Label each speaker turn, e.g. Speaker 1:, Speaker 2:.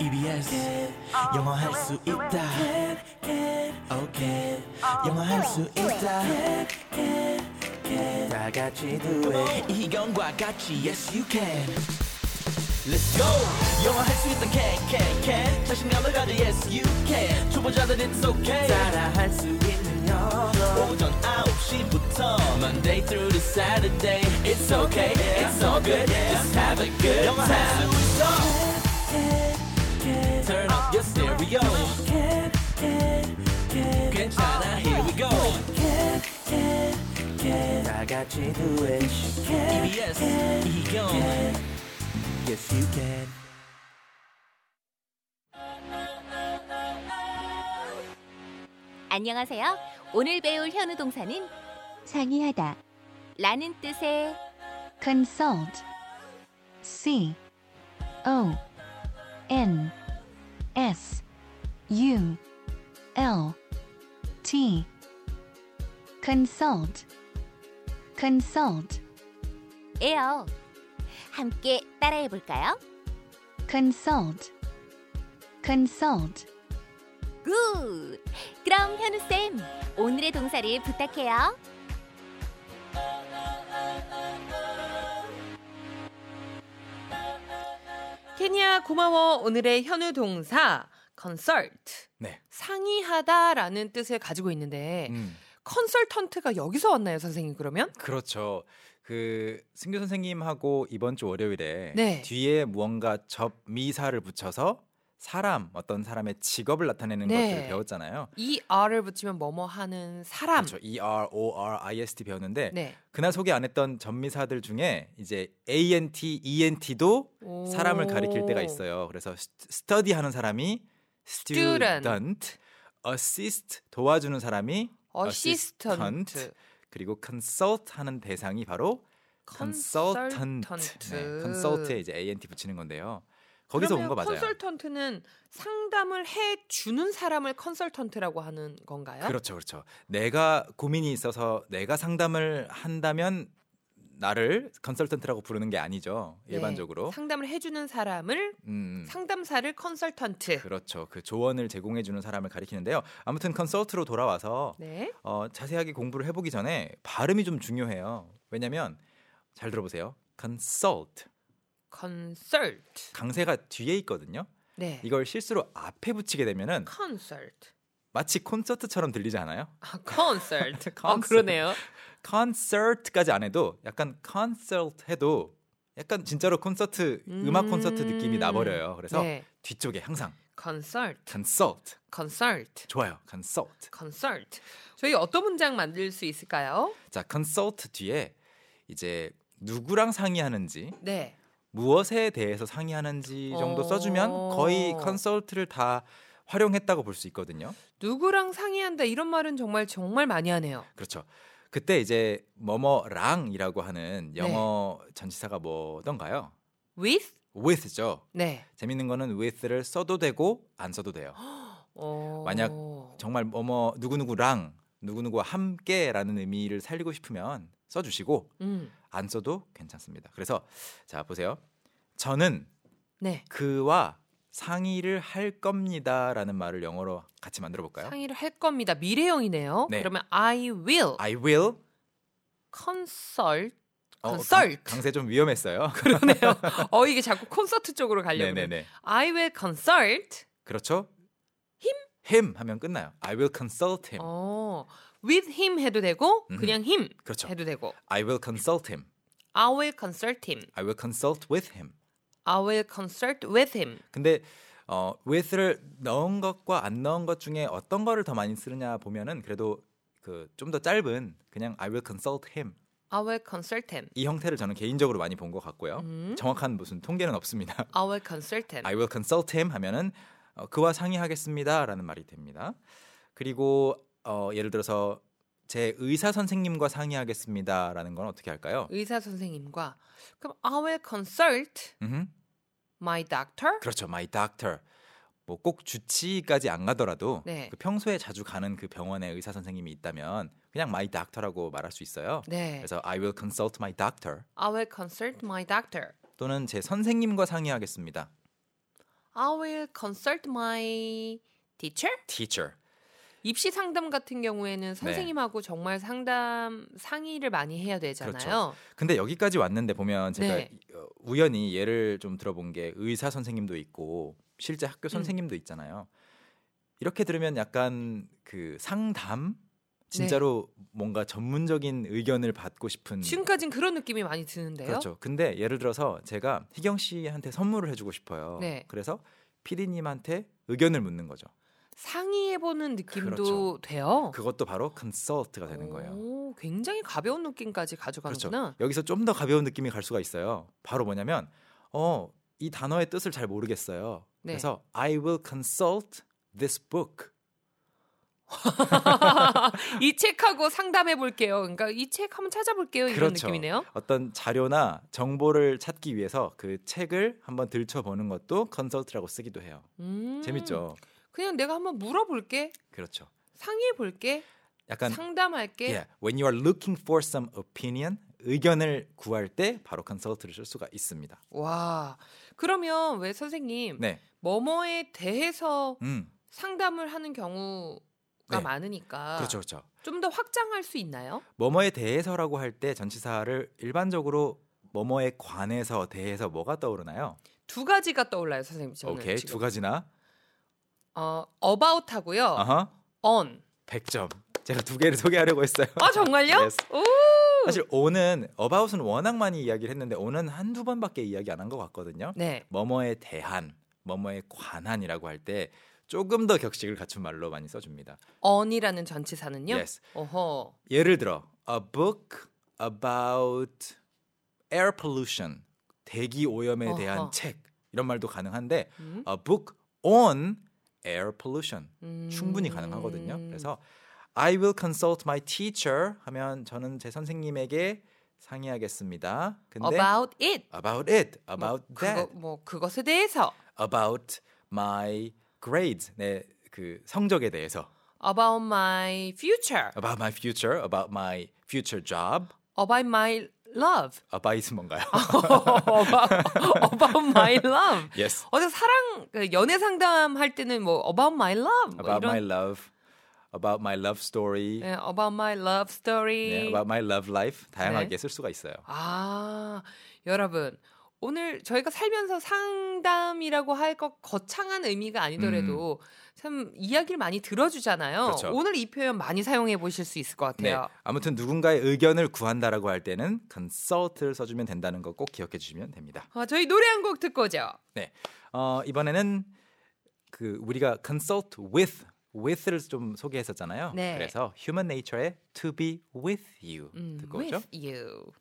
Speaker 1: EBS 영어 할 수 있다 오케이 영어 할 수 있다 다 같이 do it 이희경과 같이 yes you can Let's go 영어 할 수 있다 can can can 자신감을 가져 yes you can 초보자들 it's okay 따라 할 수 있는 영어 오전 9시부터 Monday through to Saturday It's okay it's all good just have a good time 영어 할수 있어 Turn up your stereo. 괜찮아, here we go. 다 같이 do it. EBS, 이경. Yes, you can.
Speaker 2: 안녕하세요. 오늘 배울 현우 동사는 상의하다 라는 뜻의 consult C O N S U L T consult consult 에요. 함께 따라해 볼까요? consult consult 굿! 그럼 현우쌤, 오늘의 동사를 부탁해요.
Speaker 3: 케냐 고마워 오늘의 현우 동사 consult
Speaker 4: 네.
Speaker 3: 상의하다라는 뜻을 가지고 있는데
Speaker 4: 음,
Speaker 3: 컨설턴트가 여기서 왔나요 선생님 그러면
Speaker 4: 그렇죠. 그 승규 선생님하고 이번 주 월요일에
Speaker 3: 네.
Speaker 4: 뒤에 무언가 접미사를 붙여서 사람 어떤 사람의 직업을 나타내는
Speaker 3: 네.
Speaker 4: 것들을 배웠잖아요.
Speaker 3: 이 r을 붙이면 뭐뭐 하는 사람
Speaker 4: 그렇죠. E R O R I S T 배웠는데
Speaker 3: 네
Speaker 4: 그날 소개 안 했던 접미사들 중에 이제 A N T E N T도
Speaker 3: 오.
Speaker 4: 사람을 가리킬 때가 있어요. 그래서 스터디 하는 사람이 student, assist 도와주는 사람이
Speaker 3: 어시스턴트
Speaker 4: assistant, 그리고 consult 하는 대상이 바로 컨설턴트. 네, 컨설트에 이제 ANT 붙이는 건데요. 거기서 온 거
Speaker 3: 그러면
Speaker 4: 맞아요.
Speaker 3: 컨설턴트는 상담을 해 주는 사람을 컨설턴트라고 하는 건가요?
Speaker 4: 그렇죠, 그렇죠. 내가 고민이 있어서 내가 상담을 한다면 나를 컨설턴트라고 부르는 게 아니죠.
Speaker 3: 네.
Speaker 4: 일반적으로.
Speaker 3: 상담을 해 주는 사람을
Speaker 4: 음, 음.
Speaker 3: 상담사를 컨설턴트.
Speaker 4: 그렇죠. 그 조언을 제공해 주는 사람을 가리키는데요. 아무튼 컨설트로 돌아와서
Speaker 3: 네.
Speaker 4: 어, 자세하게 공부를 해보기 전에 발음이 좀 중요해요. 왜냐하면 잘 들어보세요. consult
Speaker 3: 컨설트.
Speaker 4: 강세가 뒤에 있거든요.
Speaker 3: 네.
Speaker 4: 이걸 실수로 앞에 붙이게 되면은
Speaker 3: 컨설트.
Speaker 4: 마치 콘서트처럼 들리지 않아요?
Speaker 3: 아, 컨설트. 아,
Speaker 4: 컨설트.
Speaker 3: 그러네요.
Speaker 4: 콘서트까지 안 해도 약간 콘서트 해도 약간 진짜로 콘서트 음~ 악 콘서트 느낌이 나버려요. 그래서
Speaker 3: 네.
Speaker 4: 뒤쪽에 항상
Speaker 3: 컨설트.
Speaker 4: consult
Speaker 3: 컨설트.
Speaker 4: 좋아요. consult
Speaker 3: 컨설트. 저희 어떤 문장 만들 수 있을까요?
Speaker 4: 자 consult 뒤에 이제 누구랑 상의하는지
Speaker 3: 네.
Speaker 4: 무엇에 대해서 상의하는지 정도 써주면 거의
Speaker 3: 어.
Speaker 4: 컨설트를 다 활용했다고 볼 수 있거든요.
Speaker 3: 누구랑 상의한다 이런 말은 정말 정말 많이 하네요.
Speaker 4: 그렇죠. 그때 이제 뭐뭐랑이라고 하는
Speaker 3: 네.
Speaker 4: 영어 전치사가 뭐던가요?
Speaker 3: with
Speaker 4: with죠.
Speaker 3: 네.
Speaker 4: 재밌는 거는 with를 써도 되고 안 써도 돼요.
Speaker 3: 어...
Speaker 4: 만약 정말 뭐뭐 누구누구랑 누구누구와 함께라는 의미를 살리고 싶으면 써주시고
Speaker 3: 음.
Speaker 4: 안 써도 괜찮습니다. 그래서 자 보세요. 저는
Speaker 3: 네.
Speaker 4: 그와 상의를 할 겁니다라는 말을 영어로 같이 만들어 볼까요?
Speaker 3: 상의를 할 겁니다. 미래형이네요.
Speaker 4: 네.
Speaker 3: 그러면 I will
Speaker 4: I will
Speaker 3: consult.
Speaker 4: 어,
Speaker 3: consult.
Speaker 4: 강, 세좀 위험했어요.
Speaker 3: 그러네요. 어 이게 자꾸 콘서트 쪽으로 가려고. 그래요.
Speaker 4: 네네네.
Speaker 3: I will consult.
Speaker 4: 그렇죠? him him 하면 끝나요. I will consult him.
Speaker 3: 어, with him 해도 되고
Speaker 4: 음흠.
Speaker 3: 그냥 him
Speaker 4: 그렇죠.
Speaker 3: 해도 되고
Speaker 4: I will consult him.
Speaker 3: I will consult him.
Speaker 4: I will consult with him.
Speaker 3: I will consult with him.
Speaker 4: 근데 어, with를 넣은 것과 안 넣은 것 중에 어떤 거를 더 많이 쓰느냐 보면은 그래도 그 좀 더 짧은 그냥 I will consult him
Speaker 3: I will consult him.
Speaker 4: 이 형태를 저는 개인적으로 많이 본 것 같고요. 정확한 무슨 통계는 없습니다.
Speaker 3: I will consult him.
Speaker 4: I will consult him 하면은 어, 그와 상의하겠습니다라는 말이 됩니다. 그리고 어, 예를 들어서 제 의사 선생님과 상의하겠습니다라는 건 어떻게 할까요?
Speaker 3: 의사 선생님과 그럼 I will consult
Speaker 4: 음흠.
Speaker 3: my doctor.
Speaker 4: 그렇죠. My doctor. 뭐 꼭 주치의까지 안 가더라도
Speaker 3: 네.
Speaker 4: 그 평소에 자주 가는 그 병원의 의사 선생님이 있다면 그냥 my doctor라고 말할 수 있어요.
Speaker 3: 네.
Speaker 4: 그래서 I will consult my doctor
Speaker 3: I will consult my doctor.
Speaker 4: 또는 제 선생님과 상의하겠습니다.
Speaker 3: I will consult my teacher.
Speaker 4: teacher.
Speaker 3: 입시 상담 같은
Speaker 4: 네.
Speaker 3: 경우에는 선생님하고 정말 상담 상의를 많이 해야 되잖아요.
Speaker 4: 근데 여기까지 왔는데 보면 제가
Speaker 3: 네.
Speaker 4: 이- 어, 우연히 예를 좀 들어본 게 의사 선생님도 있고 실제
Speaker 3: 음.
Speaker 4: 학교 선생님도 있잖아요. 이렇게 들으면 약간 그 상담
Speaker 3: 네.
Speaker 4: 진짜로 뭔가 전문적인 의견을 받고 싶은
Speaker 3: 지금까진 그런 느낌이 많이 드는데요.
Speaker 4: 음. 그렇죠. 근데 예를 들어서 제가 희경 씨한테 선물을 해주고 싶어요.
Speaker 3: 네.
Speaker 4: 그래서 피디님한테 의견을 묻는 거죠.
Speaker 3: 상의해보는 느낌도
Speaker 4: 그렇죠.
Speaker 3: 돼요.
Speaker 4: 그것도 바로 컨설트가 되는 거예요.
Speaker 3: 어.
Speaker 4: 그렇죠.
Speaker 3: 오, 굉장히 가벼운 느낌까지 가져가는구나.
Speaker 4: 여기서 좀 더 가벼운 느낌이 갈 수가 있어요. 바로 뭐냐면 어, 이 단어의 뜻을 잘 모르겠어요.
Speaker 3: 네.
Speaker 4: 그래서 I will consult this book.
Speaker 3: 이 책하고 상담해 볼게요. 그러니까 이 책 한번 찾아볼게요. 이런
Speaker 4: 그렇죠.
Speaker 3: 느낌이네요.
Speaker 4: 어떤 자료나 정보를 찾기 위해서 그 책을 한번 들춰보는 것도 컨설트라고 쓰기도 해요.
Speaker 3: 음,
Speaker 4: 재밌죠?
Speaker 3: 그냥 내가 한번 물어볼게,
Speaker 4: 그렇죠.
Speaker 3: 상의해 볼게,
Speaker 4: 약간
Speaker 3: 상담할게.
Speaker 4: yeah, 예, when you are looking for some opinion 의견을 구할 때 바로 컨설트를 쓸 수가 있습니다.
Speaker 3: 와, 그러면 왜 선생님
Speaker 4: 네.
Speaker 3: 뭐뭐에 대해서
Speaker 4: 음.
Speaker 3: 상담을 하는 경우가
Speaker 4: 네.
Speaker 3: 많으니까
Speaker 4: 그렇죠. 그렇죠.
Speaker 3: 좀 더 확장할 수 있나요?
Speaker 4: 뭐뭐에 대해서라고 할 때 전치사를 일반적으로 뭐뭐에 관해서 대해서 뭐가 떠오르나요?
Speaker 3: 두 가지가 떠올라요, 선생님. 저는
Speaker 4: 오케이
Speaker 3: 지금.
Speaker 4: 두 가지나
Speaker 3: 어, about하고요.
Speaker 4: 아하
Speaker 3: on.
Speaker 4: 100점 제가 두 개를 소개하려고 했어요.
Speaker 3: 아 정말요?
Speaker 4: Yes.
Speaker 3: 오,
Speaker 4: 사실 오는 about은 워낙 많이 이야기를 했는데 오는 한두 번밖에 이야기 안 한 것 같거든요.
Speaker 3: 네.
Speaker 4: 뭐뭐에 대한 뭐뭐에 관한이라고 할 때 조금 더 격식을 갖춘 말로 많이 써줍니다.
Speaker 3: on이라는 전치사는요.
Speaker 4: Yes.
Speaker 3: 어허.
Speaker 4: 예를 들어 a book about air pollution 대기 오염에 대한
Speaker 3: 어허.
Speaker 4: 책 이런 말도 가능한데
Speaker 3: 음?
Speaker 4: a book on air pollution
Speaker 3: 음.
Speaker 4: 충분히 가능하거든요. 그래서 I will consult my teacher 하면 저는 제 선생님에게 상의하겠습니다. 근데
Speaker 3: about it.
Speaker 4: about it,
Speaker 3: 뭐
Speaker 4: about
Speaker 3: 그거-
Speaker 4: that,
Speaker 3: 뭐 그것에 대해서
Speaker 4: about my grades 내 그 성적에 대해서
Speaker 3: about my future,
Speaker 4: about my future, about my future job,
Speaker 3: about my love.
Speaker 4: about은 뭔가요?
Speaker 3: about, about my love.
Speaker 4: yes,
Speaker 3: 어제 사랑 그 연애 상담할 때는 뭐 about my love 뭐
Speaker 4: about
Speaker 3: 이런
Speaker 4: my love, about my love story,
Speaker 3: 예, about my love story.
Speaker 4: 네, about my love life 다양하게
Speaker 3: 네.
Speaker 4: 쓸 수가 있어요.
Speaker 3: 아, 여러분. 오늘 저희가 살면서 상담이라고 할 것 거창한 의미가 아니더라도 참 이야기를 많이 들어주잖아요.
Speaker 4: 음. 그렇죠.
Speaker 3: 오늘 이 표현 많이 사용해 보실 수 있을 것
Speaker 4: 네.
Speaker 3: 같아요.
Speaker 4: 아무튼 누군가의 의견을 구한다라고 할 때는 consult를 써주면 된다는 거 꼭 기억해 주시면 됩니다.
Speaker 3: 아, 저희 노래 한 곡 듣고 오죠.
Speaker 4: 네. 어, 이번에는 그 우리가 consult with with를 좀 소개했었잖아요.
Speaker 3: 네.
Speaker 4: 그래서 human nature의 to be with you
Speaker 3: 음,
Speaker 4: 듣고 오죠.
Speaker 3: Mm, With you.